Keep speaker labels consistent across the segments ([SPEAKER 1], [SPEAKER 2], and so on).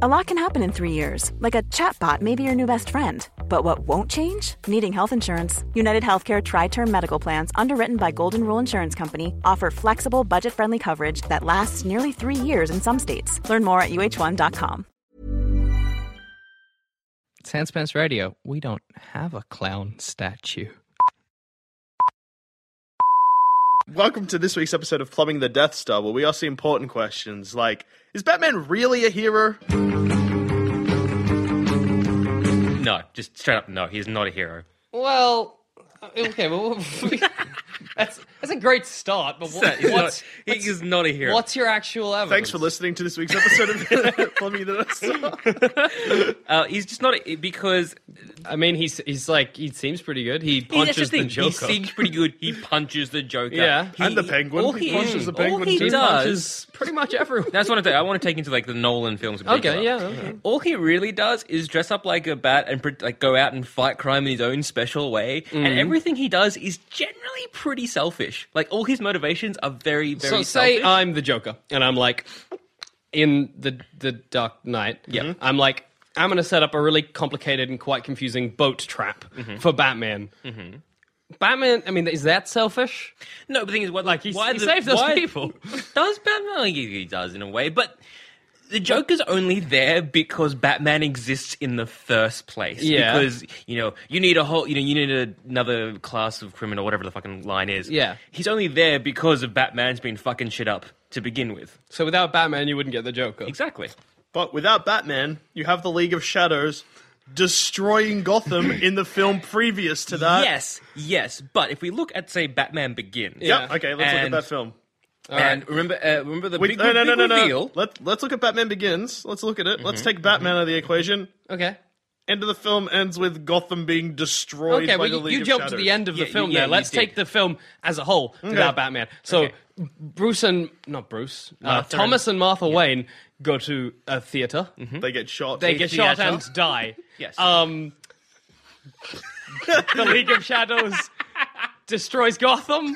[SPEAKER 1] A lot can happen in three years, like a chatbot may be your new best friend. But what won't change? Needing health insurance. United Healthcare Tri Term Medical Plans, underwritten by Golden Rule Insurance Company, offer flexible, budget friendly coverage that lasts nearly three years in some states. Learn more at uh1.com.
[SPEAKER 2] Sandspence Radio, we don't have a clown statue.
[SPEAKER 3] Welcome to this week's episode of Plumbing the Death Star, where we ask the important questions like Is Batman really a hero?
[SPEAKER 4] No, just straight up, no. He's not a hero.
[SPEAKER 5] Well, uh, okay, well, that's that's a great start. But what,
[SPEAKER 4] He's
[SPEAKER 5] what's
[SPEAKER 4] not, he is not a hero.
[SPEAKER 5] what's your actual evidence?
[SPEAKER 3] Thanks for listening to this week's episode of Plumbing the Death Star.
[SPEAKER 4] Uh, he's just not a, because
[SPEAKER 5] I mean, he's he's like he seems pretty good.
[SPEAKER 4] he,
[SPEAKER 5] He
[SPEAKER 4] that's
[SPEAKER 5] punches
[SPEAKER 4] the
[SPEAKER 5] the
[SPEAKER 4] thing.
[SPEAKER 5] Joker.
[SPEAKER 4] He seems pretty good. He punches the Joker.
[SPEAKER 5] Yeah.
[SPEAKER 4] He-
[SPEAKER 3] And the Penguin.
[SPEAKER 4] All he,
[SPEAKER 3] He punches the
[SPEAKER 4] all
[SPEAKER 3] Penguin
[SPEAKER 4] he
[SPEAKER 3] too.
[SPEAKER 5] He
[SPEAKER 4] does.
[SPEAKER 5] punches pretty much everyone.
[SPEAKER 4] That's what I, think. I want to take into like the Nolan films. in
[SPEAKER 5] okay,
[SPEAKER 4] particular.
[SPEAKER 5] yeah. okay.
[SPEAKER 4] All he really does is dress up like a bat and pre- like go out and fight crime in his own special way. And everything he does is generally pretty selfish. Like all his motivations are very, very
[SPEAKER 5] So say
[SPEAKER 4] selfish.
[SPEAKER 5] I'm the Joker, and I'm like in the the Dark Knight. Yeah, I'm like I'm gonna set up a really complicated and quite confusing boat trap for Batman. Batman, I mean, is that selfish?
[SPEAKER 4] no, but the thing is, what
[SPEAKER 5] Like,
[SPEAKER 4] like
[SPEAKER 5] he-
[SPEAKER 4] why
[SPEAKER 5] he
[SPEAKER 4] the,
[SPEAKER 5] saved those
[SPEAKER 4] why-
[SPEAKER 5] people.
[SPEAKER 4] Does Batman? Like, he he does in a way, but. The Joker's only there because Batman exists in the first place.
[SPEAKER 5] Yeah.
[SPEAKER 4] Because, you know, you need a whole, you know, you need another class of criminal, whatever the fucking line is.
[SPEAKER 5] Yeah.
[SPEAKER 4] He's only there because of Batman's been fucking shit up to begin with.
[SPEAKER 5] So without Batman, you wouldn't get the Joker.
[SPEAKER 4] Exactly.
[SPEAKER 3] But without Batman, you have the League of Shadows destroying Gotham in the film previous to that.
[SPEAKER 4] yes, yes. But if we look at, say, Batman Begins,
[SPEAKER 3] Yep. Okay, let's look at
[SPEAKER 4] And-
[SPEAKER 3] that film.
[SPEAKER 4] and remember, uh, remember the
[SPEAKER 3] Wait,
[SPEAKER 4] big,
[SPEAKER 3] no, no,
[SPEAKER 4] big
[SPEAKER 3] no, no, no.
[SPEAKER 4] reveal.
[SPEAKER 3] Let, let's look at Batman Begins. Let's look at it. Let's
[SPEAKER 5] Mm-hmm.
[SPEAKER 3] take Batman out of the equation.
[SPEAKER 5] Okay.
[SPEAKER 3] End of the film ends with Gotham being destroyed
[SPEAKER 5] Okay,
[SPEAKER 3] by
[SPEAKER 5] well,
[SPEAKER 3] the
[SPEAKER 5] you,
[SPEAKER 3] League
[SPEAKER 5] you
[SPEAKER 3] of
[SPEAKER 5] jumped to
[SPEAKER 3] Shadows.
[SPEAKER 5] the end of the
[SPEAKER 4] Yeah,
[SPEAKER 5] film
[SPEAKER 4] yeah,
[SPEAKER 5] there.
[SPEAKER 4] you
[SPEAKER 5] Let's
[SPEAKER 4] did.
[SPEAKER 5] take the film as a whole without Batman. So
[SPEAKER 4] Okay.
[SPEAKER 5] Bruce and, not Bruce, uh,
[SPEAKER 4] Martha
[SPEAKER 5] Thomas and Martha Wayne go to a theater.
[SPEAKER 3] They get shot.
[SPEAKER 5] They get shot and die.
[SPEAKER 4] Yes.
[SPEAKER 5] Um, the League of Shadows destroys Gotham.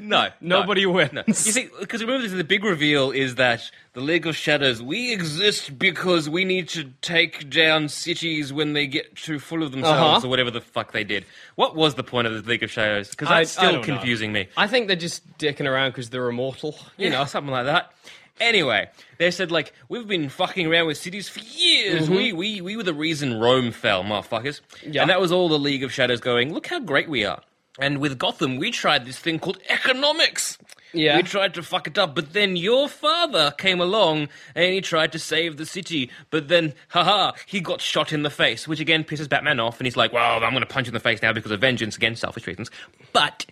[SPEAKER 4] no,
[SPEAKER 5] Nobody wins.
[SPEAKER 4] No. You see, because remember, this, the big reveal is that the League of Shadows we exist because we need to take down cities when they get too full of themselves
[SPEAKER 5] Uh-huh.
[SPEAKER 4] or whatever the fuck they did. What was the point of the League of Shadows? Because
[SPEAKER 5] I-
[SPEAKER 4] that's
[SPEAKER 5] I
[SPEAKER 4] still
[SPEAKER 5] don't know.
[SPEAKER 4] confusing me.
[SPEAKER 5] I think they're just dicking around because they're immortal. You
[SPEAKER 4] you know, something like that. Anyway, they said like we've been fucking around with cities for years. We we we were the reason Rome fell, motherfuckers.
[SPEAKER 5] Mm-hmm. Yeah.
[SPEAKER 4] And that was all the League of Shadows going. Look how great we are. And with Gotham, we tried this thing called economics.
[SPEAKER 5] Yeah.
[SPEAKER 4] We tried to fuck it up, but then your father came along and he tried to save the city, but then, haha, he got shot in the face, which again pisses Batman off, and he's like, well, I'm going to punch you in the face now because of vengeance against selfish reasons. But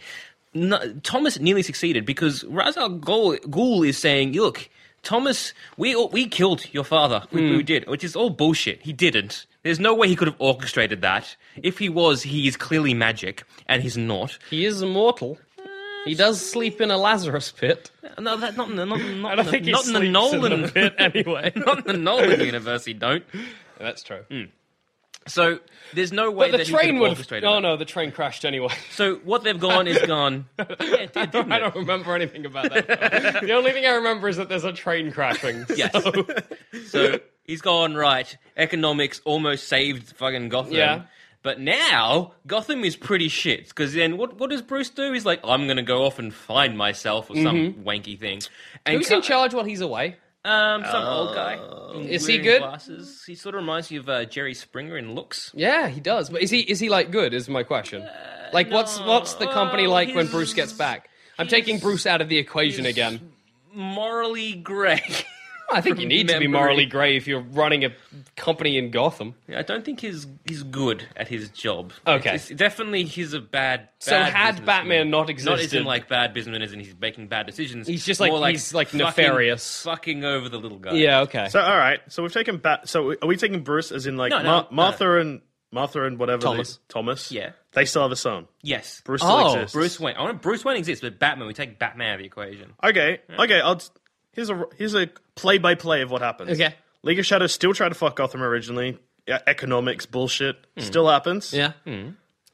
[SPEAKER 4] no, Thomas nearly succeeded because Ra's al Ghul, Ghul is saying, look, Thomas, we, all- we killed your father. We,
[SPEAKER 5] Hmm.
[SPEAKER 4] we did, which is all bullshit. He didn't. There's no way he could have orchestrated that. If he was, he is clearly magic, and he's not.
[SPEAKER 5] He is immortal. He does sleep in a Lazarus pit.
[SPEAKER 4] No, that, not in the, not, not,
[SPEAKER 5] I don't
[SPEAKER 4] in the,
[SPEAKER 5] think he
[SPEAKER 4] not in the
[SPEAKER 5] sleeps
[SPEAKER 4] Nolan
[SPEAKER 5] in the pit anyway.
[SPEAKER 4] not in the Nolan universe, you don't.
[SPEAKER 5] That's true.
[SPEAKER 4] So there's no way
[SPEAKER 5] But the
[SPEAKER 4] that
[SPEAKER 5] train
[SPEAKER 4] he could
[SPEAKER 5] would.
[SPEAKER 4] have orchestrated
[SPEAKER 5] Oh
[SPEAKER 4] that.
[SPEAKER 5] no, the train crashed anyway.
[SPEAKER 4] So what they've gone is gone. Yeah, it did, didn't
[SPEAKER 5] I
[SPEAKER 4] it?
[SPEAKER 5] don't remember anything about that. the only thing I remember is that there's a train crashing.
[SPEAKER 4] Yes. so he's gone right. Economics almost saved fucking Gotham.
[SPEAKER 5] Yeah.
[SPEAKER 4] But now Gotham is pretty shit because then what? What does Bruce do? He's like, I'm gonna go off and find myself or some wanky thing. And
[SPEAKER 5] Mm-hmm. Who's
[SPEAKER 4] ca-
[SPEAKER 5] in charge while he's away?
[SPEAKER 4] Um, some old guy.
[SPEAKER 5] Is he
[SPEAKER 4] Wearing
[SPEAKER 5] good?
[SPEAKER 4] Glasses. He sort of reminds you of uh, Jerry Springer in looks.
[SPEAKER 5] Yeah, he does. But is he is he like good? Is my question. like, what's what's the company
[SPEAKER 4] Well,
[SPEAKER 5] like when
[SPEAKER 4] he's-
[SPEAKER 5] Bruce gets back? I'm taking Bruce out of the equation again.
[SPEAKER 4] Morally grey.
[SPEAKER 5] I think you need to be
[SPEAKER 4] remembering-
[SPEAKER 5] morally grey if you're running a company in Gotham.
[SPEAKER 4] I don't think he's he's good at his job.
[SPEAKER 5] Okay.
[SPEAKER 4] It's- it's definitely he's a bad.
[SPEAKER 5] So
[SPEAKER 4] bad
[SPEAKER 5] had
[SPEAKER 4] businessman.
[SPEAKER 5] Batman not
[SPEAKER 4] not as
[SPEAKER 5] existed-
[SPEAKER 4] in like bad businessman, as in he's making bad decisions.
[SPEAKER 5] He's just like-
[SPEAKER 4] more
[SPEAKER 5] he's, like,
[SPEAKER 4] fucking-
[SPEAKER 5] nefarious.
[SPEAKER 4] fucking over the little guy.
[SPEAKER 5] Yeah, okay.
[SPEAKER 3] So all right, so we've taken Bat. So are we taking Bruce as in like
[SPEAKER 4] No, no,
[SPEAKER 3] Mar-
[SPEAKER 4] no.
[SPEAKER 3] Martha and Martha and whatever
[SPEAKER 5] Thomas.
[SPEAKER 3] they- Thomas?
[SPEAKER 4] Yeah.
[SPEAKER 3] they still have a son.
[SPEAKER 4] Yes.
[SPEAKER 3] Bruce still
[SPEAKER 5] Oh,
[SPEAKER 3] exists.
[SPEAKER 4] Bruce Wayne. I want Bruce Wayne exists, but Batman. We take Batman out of the equation.
[SPEAKER 3] Okay, okay. I'll t- here's a here's a play by play of what happens.
[SPEAKER 5] Okay.
[SPEAKER 3] League of Shadows still try to fuck Gotham originally. Yeah, economics bullshit
[SPEAKER 4] Hmm.
[SPEAKER 3] still happens.
[SPEAKER 5] Yeah.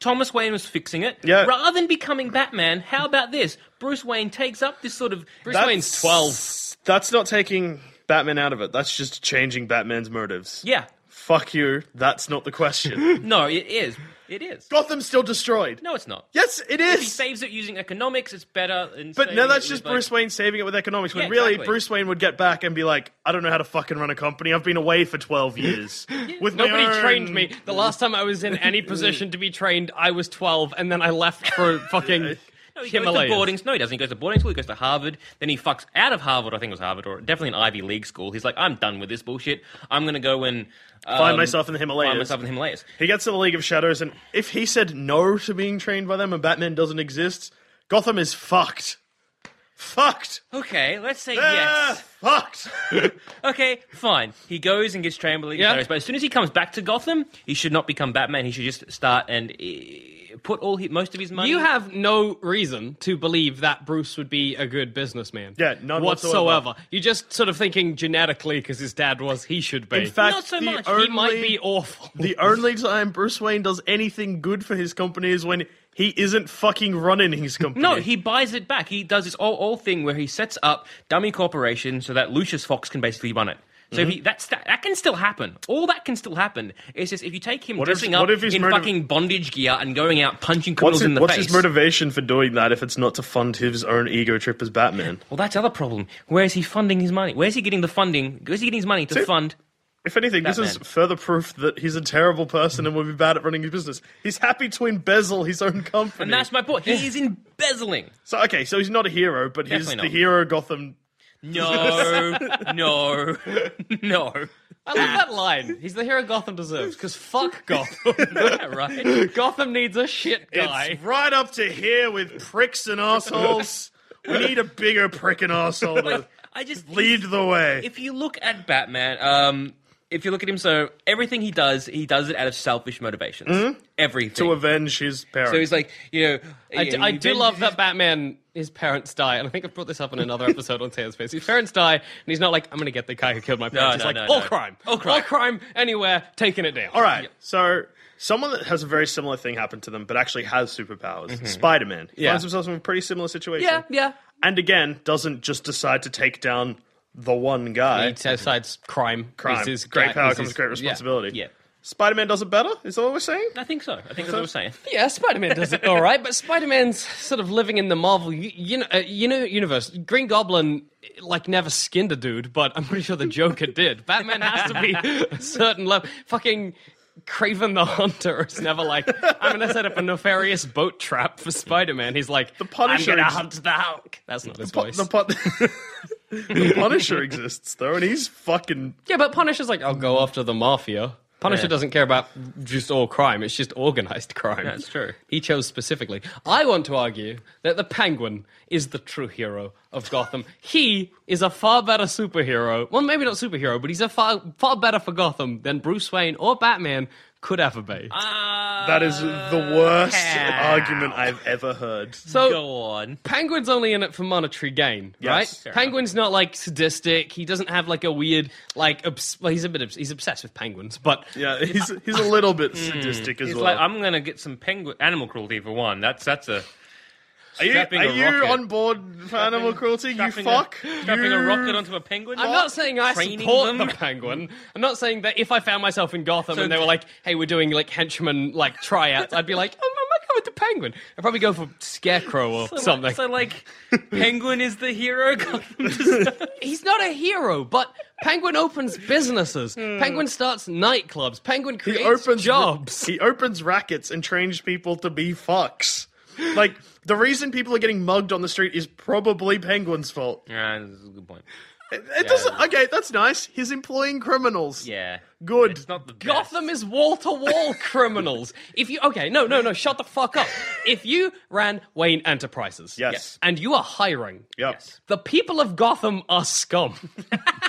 [SPEAKER 4] Thomas Wayne was fixing it.
[SPEAKER 3] Yeah.
[SPEAKER 4] Rather than becoming Batman, how about this? Bruce Wayne takes up this sort of Bruce
[SPEAKER 5] Bruce Wayne's 12.
[SPEAKER 3] That's not taking Batman out of it. That's just changing Batman's motives.
[SPEAKER 4] Yeah.
[SPEAKER 3] Fuck you. That's not the question.
[SPEAKER 4] No, it is. It is.
[SPEAKER 3] Gotham's still destroyed.
[SPEAKER 4] No, it's not.
[SPEAKER 3] Yes, it
[SPEAKER 4] If he
[SPEAKER 3] is.
[SPEAKER 4] saves it using economics, it's better. than
[SPEAKER 3] But
[SPEAKER 4] saving
[SPEAKER 3] no,
[SPEAKER 4] it
[SPEAKER 3] that's
[SPEAKER 4] with,
[SPEAKER 3] just
[SPEAKER 4] like-
[SPEAKER 3] Bruce Wayne saving it with economics. When
[SPEAKER 4] Yeah,
[SPEAKER 3] really,
[SPEAKER 4] exactly.
[SPEAKER 3] Bruce Wayne would get back and be like, "I don't know how to fucking run a company. I've been away for twelve years. with my
[SPEAKER 5] Nobody
[SPEAKER 3] own-
[SPEAKER 5] trained me. The last time I was in any position to be trained, I was 12, and then I left for fucking
[SPEAKER 4] No, he goes to
[SPEAKER 5] Himalayas.
[SPEAKER 4] boarding. No, he doesn't. He goes to boarding school. He goes to Harvard. Then he fucks out of Harvard, or I think it was Harvard, or definitely an Ivy League school. He's like, I'm done with this bullshit. I'm gonna go and um,
[SPEAKER 3] Find myself in the
[SPEAKER 4] find
[SPEAKER 3] Himalayas.
[SPEAKER 4] myself in the Himalayas.
[SPEAKER 3] He gets to the League of Shadows, and if he said no to being trained by them, and Batman doesn't exist, Gotham is fucked. Fucked.
[SPEAKER 4] Okay, let's say
[SPEAKER 3] Ah,
[SPEAKER 4] Oh, yes.
[SPEAKER 3] fucked.
[SPEAKER 4] Okay, fine. He goes and gets trained by the League of
[SPEAKER 5] Yeah.
[SPEAKER 4] Shadows, but as soon as he comes back to Gotham, he should not become Batman. He should just start and eh, put all he, most of his money.
[SPEAKER 5] You have no reason to believe that Bruce would be a good businessman.
[SPEAKER 3] Yeah, none
[SPEAKER 5] whatsoever. You're just sort of thinking genetically because his dad was, he should be.
[SPEAKER 3] In fact,
[SPEAKER 4] Not so
[SPEAKER 3] the
[SPEAKER 4] much. He
[SPEAKER 3] Only,
[SPEAKER 5] he might be awful.
[SPEAKER 3] the only time Bruce Wayne does anything good for his company is when he isn't fucking running his company.
[SPEAKER 4] No, he buys it back. He does this all all thing where he sets up dummy corporation so that Lucius Fox can basically run it. So if he,
[SPEAKER 3] Mm-hmm.
[SPEAKER 4] that's that, that can still happen. All that can still happen. It's just if you take him
[SPEAKER 3] What if-
[SPEAKER 4] dressing
[SPEAKER 3] what
[SPEAKER 4] up
[SPEAKER 3] if he's
[SPEAKER 4] in
[SPEAKER 3] motiv-
[SPEAKER 4] fucking bondage gear and going out punching
[SPEAKER 3] What's,
[SPEAKER 4] criminals
[SPEAKER 3] his,
[SPEAKER 4] in the
[SPEAKER 3] what's
[SPEAKER 4] face.
[SPEAKER 3] his motivation for doing that if it's not to fund his own ego trip as Batman?
[SPEAKER 4] well, that's the other problem. Where is he funding his money? Where is he getting the funding? Where is he getting his money to
[SPEAKER 3] See-
[SPEAKER 4] fund?
[SPEAKER 3] If anything, this is
[SPEAKER 4] Batman.
[SPEAKER 3] further proof that he's a terrible person and will be bad at running his business. He's happy to embezzle his own company.
[SPEAKER 4] And that's my point. He is embezzling.
[SPEAKER 3] So okay, so he's not a hero, but he's
[SPEAKER 4] Definitely
[SPEAKER 3] the
[SPEAKER 4] not.
[SPEAKER 3] hero Gotham.
[SPEAKER 4] No, no, no.
[SPEAKER 5] I love that line. He's the hero Gotham deserves because fuck Gotham.
[SPEAKER 4] right?
[SPEAKER 5] Gotham needs a shit guy.
[SPEAKER 3] It's right up to here with pricks and assholes. we need a bigger prick and asshole to
[SPEAKER 4] I just
[SPEAKER 3] lead the way.
[SPEAKER 4] if you look at Batman, um, if you look at him, so everything he does, he does it out of selfish motivations. Everything.
[SPEAKER 3] to avenge his parents.
[SPEAKER 4] so he's like, you know,
[SPEAKER 5] I d- I do love that Batman, his parents die, and I think I've brought this up in another episode on Taylor Space. His parents die, and he's not like, I'm going to get the guy who killed my parents.
[SPEAKER 4] no,
[SPEAKER 5] he's
[SPEAKER 4] no,
[SPEAKER 5] like, all
[SPEAKER 4] no.
[SPEAKER 5] crime.
[SPEAKER 4] All crime.
[SPEAKER 5] All crime, anywhere, taking it down.
[SPEAKER 3] all right. So someone that has a very similar thing happen to them, but actually has superpowers, Spider Man,
[SPEAKER 5] Mm-hmm. Yeah.
[SPEAKER 3] finds himself in a pretty similar situation.
[SPEAKER 5] Yeah, yeah.
[SPEAKER 3] And again, doesn't just decide to take down the one guy.
[SPEAKER 5] He decides crime.
[SPEAKER 3] Crime.
[SPEAKER 5] is his
[SPEAKER 3] great
[SPEAKER 5] guy-
[SPEAKER 3] power
[SPEAKER 5] is
[SPEAKER 3] comes
[SPEAKER 5] his-
[SPEAKER 3] great
[SPEAKER 5] yeah.
[SPEAKER 3] responsibility.
[SPEAKER 4] Yeah.
[SPEAKER 3] Spider Man does it better. Is that what we're saying?
[SPEAKER 4] I think so. I think that's what I was saying.
[SPEAKER 5] Yeah, Spider Man does it all right, but Spider Man's sort of living in the Marvel, you, you know, uh, you know, universe. Green Goblin like never skinned a dude, but I'm pretty sure the Joker did. Batman has to be a certain level. Fucking Craven the Hunter is never like, I'm gonna set up a nefarious boat trap for Spider Man. He's like, the
[SPEAKER 3] Punisher
[SPEAKER 5] I'm gonna
[SPEAKER 3] ex-
[SPEAKER 5] hunt the Hulk. That's not his
[SPEAKER 3] Pu-
[SPEAKER 5] voice.
[SPEAKER 3] the, pu- the Punisher exists though, and he's fucking
[SPEAKER 5] yeah, but Punisher's like, I'll go after the mafia. Punisher
[SPEAKER 4] Yeah.
[SPEAKER 5] doesn't care about just all crime; it's just organized crime.
[SPEAKER 4] That's true.
[SPEAKER 5] He chose specifically. I want to argue that the Penguin is the true hero of Gotham. He is a far better superhero. Well, maybe not superhero, but he's a far far better for Gotham than Bruce Wayne or Batman could ever be.
[SPEAKER 4] Uh,
[SPEAKER 3] That is the worst argument I've ever heard.
[SPEAKER 5] Uh, so
[SPEAKER 4] Go on.
[SPEAKER 5] Penguin's only in it for monetary gain,
[SPEAKER 3] Yes.
[SPEAKER 5] right? Penguin's not like sadistic. He doesn't have like a weird like obs- well, he's a bit obs- he's obsessed with penguins, but
[SPEAKER 3] Yeah, he's he's a little
[SPEAKER 5] Hmm.
[SPEAKER 3] bit sadistic as
[SPEAKER 4] He's
[SPEAKER 3] well.
[SPEAKER 4] like, I'm gonna get some penguin animal cruelty for one. That's that's a.
[SPEAKER 3] are you,
[SPEAKER 4] strapping
[SPEAKER 3] are
[SPEAKER 4] a
[SPEAKER 3] you
[SPEAKER 4] rocket.
[SPEAKER 3] on board for animal cruelty? You
[SPEAKER 4] strapping
[SPEAKER 3] fuck.
[SPEAKER 4] A, strapping a
[SPEAKER 3] You-
[SPEAKER 4] rocket onto a penguin.
[SPEAKER 5] I'm not saying I
[SPEAKER 4] Training
[SPEAKER 5] support
[SPEAKER 4] them?
[SPEAKER 5] the penguin. I'm not saying that if I found myself in Gotham and they were like, "Hey, we're doing like henchman like tryouts," I'd be like, "Oh, I'm going with the penguin." I'd probably go for Scarecrow or
[SPEAKER 4] So,
[SPEAKER 5] something.
[SPEAKER 4] So like, penguin is the hero. Gotham
[SPEAKER 5] He's not a hero, but Penguin opens businesses.
[SPEAKER 4] Hmm.
[SPEAKER 5] Penguin starts nightclubs. Penguin
[SPEAKER 3] He
[SPEAKER 5] creates
[SPEAKER 3] opens
[SPEAKER 5] jobs.
[SPEAKER 3] He opens rackets and trains people to be fucks. Like the reason people are getting mugged on the street is probably Penguin's fault.
[SPEAKER 4] Yeah, that's a good point.
[SPEAKER 3] It, it doesn't. Okay, that's nice. He's employing criminals.
[SPEAKER 4] Yeah.
[SPEAKER 3] Good.
[SPEAKER 4] It's not the
[SPEAKER 5] Gotham is wall to wall criminals. If you okay, no, no, no, shut the fuck up. If you ran Wayne Enterprises,
[SPEAKER 3] Yes.
[SPEAKER 5] and you are hiring,
[SPEAKER 3] Yep.
[SPEAKER 5] the people of Gotham are scum.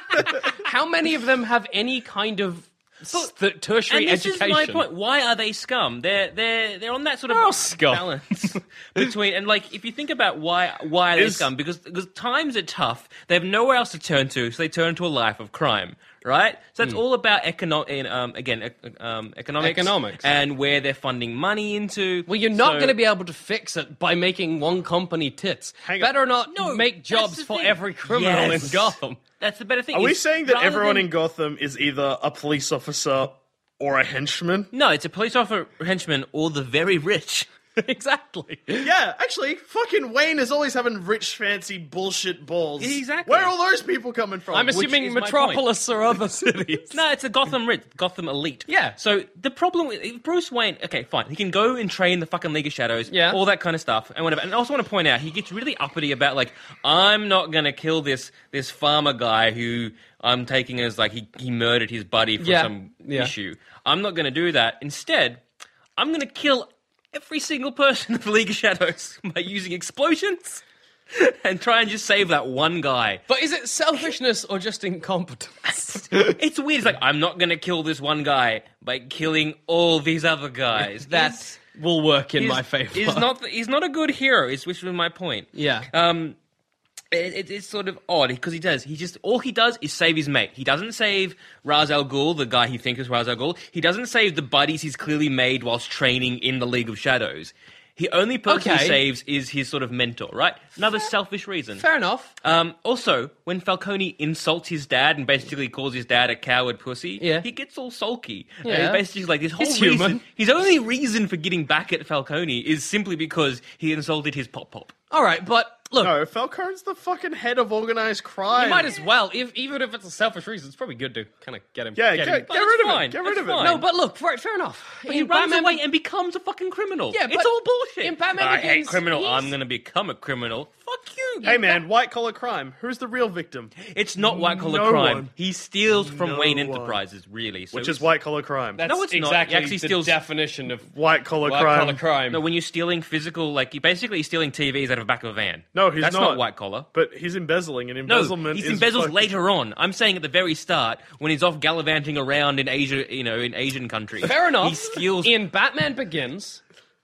[SPEAKER 5] How many of them have any kind of s- th- tertiary
[SPEAKER 4] and this
[SPEAKER 5] education?
[SPEAKER 4] is my point. Why are they scum? They're they're they're on that sort of
[SPEAKER 5] Oh, scum.
[SPEAKER 4] balance between and like if you think about why why are they
[SPEAKER 3] Is-
[SPEAKER 4] scum because because times are tough. They have nowhere else to turn to, so they turn to a life of crime. Right, so
[SPEAKER 5] Hmm.
[SPEAKER 4] it's all about economic um, again ec- um, economics,
[SPEAKER 5] Economics.
[SPEAKER 4] and where they're funding money into.
[SPEAKER 5] Well, you're not
[SPEAKER 4] So-
[SPEAKER 5] going to be able to fix it by making one company tits.
[SPEAKER 3] Hang on.
[SPEAKER 5] Better not make
[SPEAKER 4] that's
[SPEAKER 5] jobs
[SPEAKER 4] the
[SPEAKER 5] for
[SPEAKER 4] thing.
[SPEAKER 5] every criminal
[SPEAKER 4] Yes.
[SPEAKER 5] in Gotham.
[SPEAKER 4] That's the better thing.
[SPEAKER 3] Are we
[SPEAKER 4] is
[SPEAKER 3] saying that
[SPEAKER 4] rather
[SPEAKER 3] everyone
[SPEAKER 4] than-
[SPEAKER 3] in Gotham is either a police officer or a henchman?
[SPEAKER 4] no, it's a police officer, henchman, or the very rich.
[SPEAKER 5] exactly.
[SPEAKER 3] Yeah, actually, fucking Wayne is always having rich, fancy bullshit balls.
[SPEAKER 4] Exactly.
[SPEAKER 3] Where are all those people coming from?
[SPEAKER 5] I'm
[SPEAKER 3] Which-
[SPEAKER 5] assuming
[SPEAKER 4] Oh, is my point.
[SPEAKER 5] Metropolis or other cities.
[SPEAKER 4] No, it's a Gotham rich, Gotham elite.
[SPEAKER 5] Yeah.
[SPEAKER 4] So the problem with Bruce Wayne, okay, fine, he can go and train the fucking League of Shadows,
[SPEAKER 5] Yeah.
[SPEAKER 4] all that kind of stuff, and whatever. And I also want to point out, he gets really uppity about like, I'm not gonna kill this this farmer guy who I'm taking as like he he murdered his buddy for
[SPEAKER 5] Yeah.
[SPEAKER 4] some
[SPEAKER 5] Yeah.
[SPEAKER 4] issue. I'm not gonna do that. Instead, I'm gonna kill every single person of the League of Shadows by using explosions. And try and just save that one guy.
[SPEAKER 5] But is it selfishness or just incompetence?
[SPEAKER 4] It's weird. It's like I'm not gonna kill this one guy by killing all these other guys. That's
[SPEAKER 5] will work in
[SPEAKER 4] he's-
[SPEAKER 5] my favor.
[SPEAKER 4] He's not. He's not a good hero. Is which was my point.
[SPEAKER 5] Yeah.
[SPEAKER 4] Um, it, it, it's sort of odd because he does. He just all he does is save his mate. He doesn't save Ra's al Ghul, the guy he thinks is Ra's al Ghul. He doesn't save the buddies he's clearly made whilst training in the League of Shadows. He only person
[SPEAKER 5] Okay.
[SPEAKER 4] he saves is his sort of mentor, right? Another selfish reason.
[SPEAKER 5] Fair enough.
[SPEAKER 4] Um, also, when Falcone insults his dad and basically calls his dad a coward pussy,
[SPEAKER 5] Yeah.
[SPEAKER 4] he gets all sulky. And
[SPEAKER 5] Yeah.
[SPEAKER 4] he's basically like his whole
[SPEAKER 5] He's
[SPEAKER 4] reason,
[SPEAKER 5] human.
[SPEAKER 4] his only reason for getting back at Falcone is simply because he insulted his pop pop.
[SPEAKER 5] All right, but look,
[SPEAKER 3] no, Falcone's the fucking head of organized crime.
[SPEAKER 5] you might as well, if, even if it's a selfish reason, it's probably good to kind of get him.
[SPEAKER 3] Yeah,
[SPEAKER 5] get
[SPEAKER 3] get,
[SPEAKER 5] him.
[SPEAKER 3] get,
[SPEAKER 4] Well, that's
[SPEAKER 3] rid of
[SPEAKER 4] fine,
[SPEAKER 3] it. Get
[SPEAKER 4] that's
[SPEAKER 3] rid of it.
[SPEAKER 4] fine.
[SPEAKER 5] No, but look, right, fair enougf.
[SPEAKER 4] But he
[SPEAKER 5] In
[SPEAKER 4] runs
[SPEAKER 5] Batman-
[SPEAKER 4] away and becomes a fucking criminal.
[SPEAKER 5] Yeah,
[SPEAKER 4] it's
[SPEAKER 5] but
[SPEAKER 4] all bullshit.
[SPEAKER 5] in Batman
[SPEAKER 4] I hate
[SPEAKER 5] Begins,
[SPEAKER 4] criminal.
[SPEAKER 5] he's-
[SPEAKER 4] I'm gonna become a criminal. Fuck you.
[SPEAKER 3] hey, man, white collar crime. Who's the real victim?
[SPEAKER 4] It's not white collar
[SPEAKER 3] No
[SPEAKER 4] crime.
[SPEAKER 3] one.
[SPEAKER 4] He steals from
[SPEAKER 3] No
[SPEAKER 4] Wayne
[SPEAKER 3] one.
[SPEAKER 4] Enterprises, really. So
[SPEAKER 3] Which
[SPEAKER 4] it's-
[SPEAKER 3] is white collar crime.
[SPEAKER 5] That's
[SPEAKER 4] No, it's not. He
[SPEAKER 5] exactly
[SPEAKER 4] actually
[SPEAKER 5] the
[SPEAKER 4] steals-
[SPEAKER 5] definition of
[SPEAKER 3] white collar
[SPEAKER 5] white
[SPEAKER 3] crime.
[SPEAKER 5] collar crime.
[SPEAKER 4] No, when you're stealing physical, like you're basically stealing TVs out of the back of a van.
[SPEAKER 3] No, he's
[SPEAKER 4] That's
[SPEAKER 3] not.
[SPEAKER 4] not white collar.
[SPEAKER 3] But he's embezzling, and
[SPEAKER 4] No,
[SPEAKER 3] embezzlement
[SPEAKER 4] he's
[SPEAKER 3] is
[SPEAKER 4] embezzled
[SPEAKER 3] fucking-
[SPEAKER 4] later on. I'm saying at the very start when he's off gallivanting around in Asia, you know, in Asian countries.
[SPEAKER 5] fair enough.
[SPEAKER 4] He steals.
[SPEAKER 5] In Batman Begins,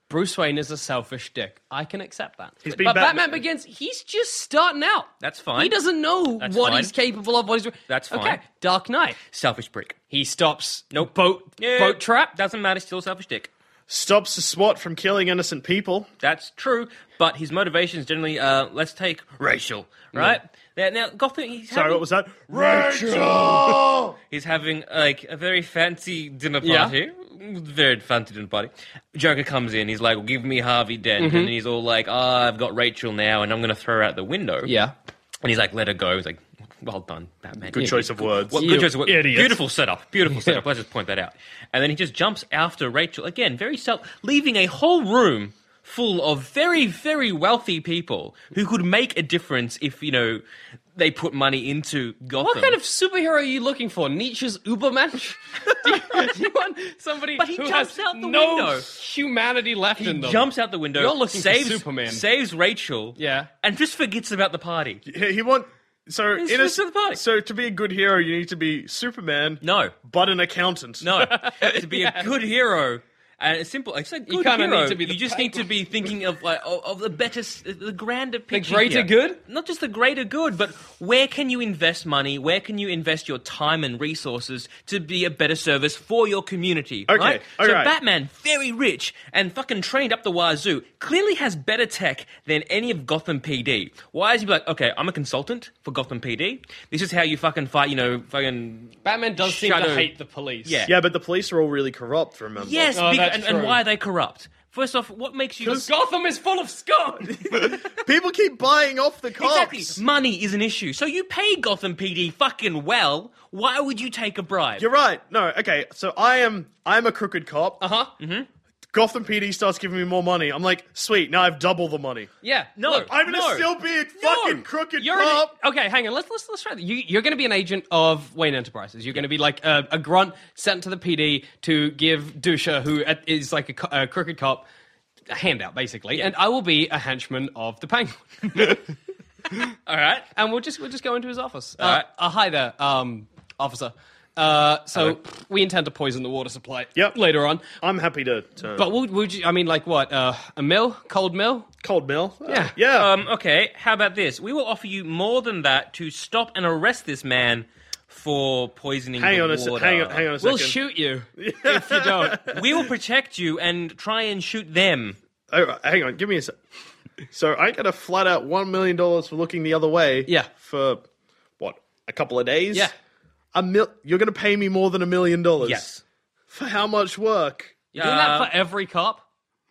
[SPEAKER 5] Bruce Wayne is a selfish dick. I can accept that.
[SPEAKER 3] He's
[SPEAKER 5] but
[SPEAKER 3] been
[SPEAKER 5] Batman,
[SPEAKER 3] Batman-
[SPEAKER 5] Begins, he's just starting out.
[SPEAKER 4] That's fine.
[SPEAKER 5] He doesn't know
[SPEAKER 4] That's
[SPEAKER 5] what
[SPEAKER 4] fine.
[SPEAKER 5] he's capable of. What he's doing.
[SPEAKER 4] That's
[SPEAKER 5] Okay.
[SPEAKER 4] fine.
[SPEAKER 5] Dark Knight.
[SPEAKER 4] selfish prick.
[SPEAKER 5] He stops. No
[SPEAKER 4] Nope.
[SPEAKER 5] boat.
[SPEAKER 4] Yeah.
[SPEAKER 5] Boat trap.
[SPEAKER 4] Doesn't matter. Still a selfish dick.
[SPEAKER 3] Stops the SWAT from killing innocent people.
[SPEAKER 4] That's true. But his motivation is generally, uh, let's take racial, right? Now, now Gotham. He's
[SPEAKER 3] Sorry,
[SPEAKER 4] having,
[SPEAKER 3] what was that? Rachel!
[SPEAKER 4] He's having like a very fancy dinner
[SPEAKER 5] Yeah.
[SPEAKER 4] party. Very fancy dinner party. Joker comes in. He's like, well, "Give me Harvey Dent," and he's all like, "Ah, I've got Rachel now, and I'm going to throw her out the window."
[SPEAKER 5] Yeah.
[SPEAKER 4] And he's like, let her go. He's like, well done, Batman.
[SPEAKER 3] Good choice of words.
[SPEAKER 4] Well,
[SPEAKER 5] You
[SPEAKER 4] good choice of words.
[SPEAKER 5] idiot.
[SPEAKER 4] Beautiful setup. Beautiful setup. Let's just point that out. And then he just jumps after Rachel again, very self, leaving a whole room full of very, very wealthy people who could make a difference if you know they put money into Gotham.
[SPEAKER 5] What kind of superhero are you looking for? Nietzsche's Ubermensch? do, you, do you want somebody
[SPEAKER 4] But he
[SPEAKER 5] who
[SPEAKER 4] jumps
[SPEAKER 5] has
[SPEAKER 4] out the
[SPEAKER 5] no
[SPEAKER 4] window.
[SPEAKER 5] humanity left
[SPEAKER 4] he
[SPEAKER 5] in them?
[SPEAKER 4] jumps out the window.
[SPEAKER 5] You're looking for
[SPEAKER 4] saves,
[SPEAKER 5] Superman.
[SPEAKER 4] Saves Rachel.
[SPEAKER 5] Yeah.
[SPEAKER 4] And just forgets about the party.
[SPEAKER 3] He, he want so
[SPEAKER 4] He's
[SPEAKER 3] in a,
[SPEAKER 4] just at the party.
[SPEAKER 3] so to be a good hero, you need to be Superman.
[SPEAKER 4] No.
[SPEAKER 3] but an accountant.
[SPEAKER 4] No, to be a good hero. And it's simple. It's a good
[SPEAKER 5] kinda
[SPEAKER 4] hero.
[SPEAKER 5] need to be the
[SPEAKER 4] you just need to be thinking of like of, of the better, s- the grander picture,
[SPEAKER 5] greater
[SPEAKER 4] here.
[SPEAKER 5] good?
[SPEAKER 4] Not just the greater good, but where can you invest money? Where can you invest your time and resources to be a better service for your community?
[SPEAKER 3] Okay,
[SPEAKER 4] right?
[SPEAKER 3] all
[SPEAKER 4] so
[SPEAKER 3] right.
[SPEAKER 4] Batman, very rich and fucking trained up the wazoo, clearly has better tech than any of Gotham PD. Why is he like, okay, I'm a consultant for Gotham PD. This is how you fucking fight. You know, fucking
[SPEAKER 5] Batman does seem to
[SPEAKER 4] Shadow.
[SPEAKER 5] hate the police.
[SPEAKER 4] Yeah.
[SPEAKER 3] Yeah, but the police are all really corrupt. Remember?
[SPEAKER 4] Yes,
[SPEAKER 5] Oh,
[SPEAKER 4] beca-
[SPEAKER 5] that's
[SPEAKER 4] and, and
[SPEAKER 5] true.
[SPEAKER 4] why are they corrupt? First off, what makes you
[SPEAKER 5] Because Gotham is full of scum.
[SPEAKER 3] people keep buying off the cops.
[SPEAKER 4] exactly money is an issue? So you pay Gotham PD fucking well. Why would you take a bribe?
[SPEAKER 5] Uh-huh,
[SPEAKER 3] You're right. No, okay. So I am. I'm a crooked cop. Uh huh. Mm-hmm. Gotham PD starts giving me more money. I'm like, sweet, now I have double the money.
[SPEAKER 5] Yeah, no,
[SPEAKER 3] Look, I'm gonna
[SPEAKER 5] no.
[SPEAKER 3] still be a
[SPEAKER 5] No.
[SPEAKER 3] fucking crooked
[SPEAKER 5] You're
[SPEAKER 3] cop.
[SPEAKER 5] an- okay, hang on. Let's let's let's try. That. You, you're going to be an agent of Wayne Enterprises. You're going to be like a, a grunt sent to the PD to give Dusha, who at- is like a, co- a crooked cop, a handout basically. And I will be a henchman of the Penguin.
[SPEAKER 4] All right.
[SPEAKER 5] and we'll just we'll just go into his office. Uh,
[SPEAKER 4] Alright.
[SPEAKER 5] uh, hi there, um, officer. Uh, so we intend to poison the water supply.
[SPEAKER 3] Yep.
[SPEAKER 5] Later on,
[SPEAKER 3] I'm happy to, to
[SPEAKER 5] but would would you? I mean, like what? Uh, a mill, cold mill.
[SPEAKER 3] cold mill.
[SPEAKER 5] Yeah.
[SPEAKER 3] yeah.
[SPEAKER 4] Um, okay, how about this? We will offer you more than that to stop and arrest this man for poisoning
[SPEAKER 3] hang
[SPEAKER 4] the
[SPEAKER 3] on a se-
[SPEAKER 4] water.
[SPEAKER 3] hang on, hang on a second.
[SPEAKER 5] We'll shoot you if you don't.
[SPEAKER 4] We will protect you and try and shoot them.
[SPEAKER 3] All Oh, right, hang on, give me a sec. So I got a flat out one million dollars for looking the other way.
[SPEAKER 5] Yeah.
[SPEAKER 3] For what? A couple of days.
[SPEAKER 5] Yeah.
[SPEAKER 3] A mil. You're gonna pay me more than a million dollars.
[SPEAKER 4] Yes.
[SPEAKER 3] For how much work?
[SPEAKER 5] You're doing that for every cop.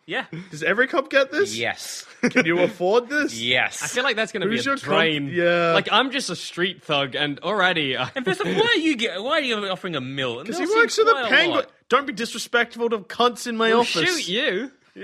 [SPEAKER 4] Yeah.
[SPEAKER 3] Does every cop get this?
[SPEAKER 4] Yes.
[SPEAKER 3] Can you afford this?
[SPEAKER 4] Yes.
[SPEAKER 5] I feel like that's going to be
[SPEAKER 3] Who's
[SPEAKER 5] a
[SPEAKER 3] your
[SPEAKER 5] drain.
[SPEAKER 3] comp- yeah.
[SPEAKER 5] Like I'm just a street thug, and already uh, I-
[SPEAKER 4] First of all, why are you get, why are you offering a mill? A
[SPEAKER 3] Because he
[SPEAKER 4] mill
[SPEAKER 3] works for
[SPEAKER 4] seems
[SPEAKER 3] the
[SPEAKER 4] quite a
[SPEAKER 3] penguin.
[SPEAKER 4] lot.
[SPEAKER 3] Don't be disrespectful to cunts in my
[SPEAKER 5] I'll
[SPEAKER 3] office.
[SPEAKER 5] shoot you.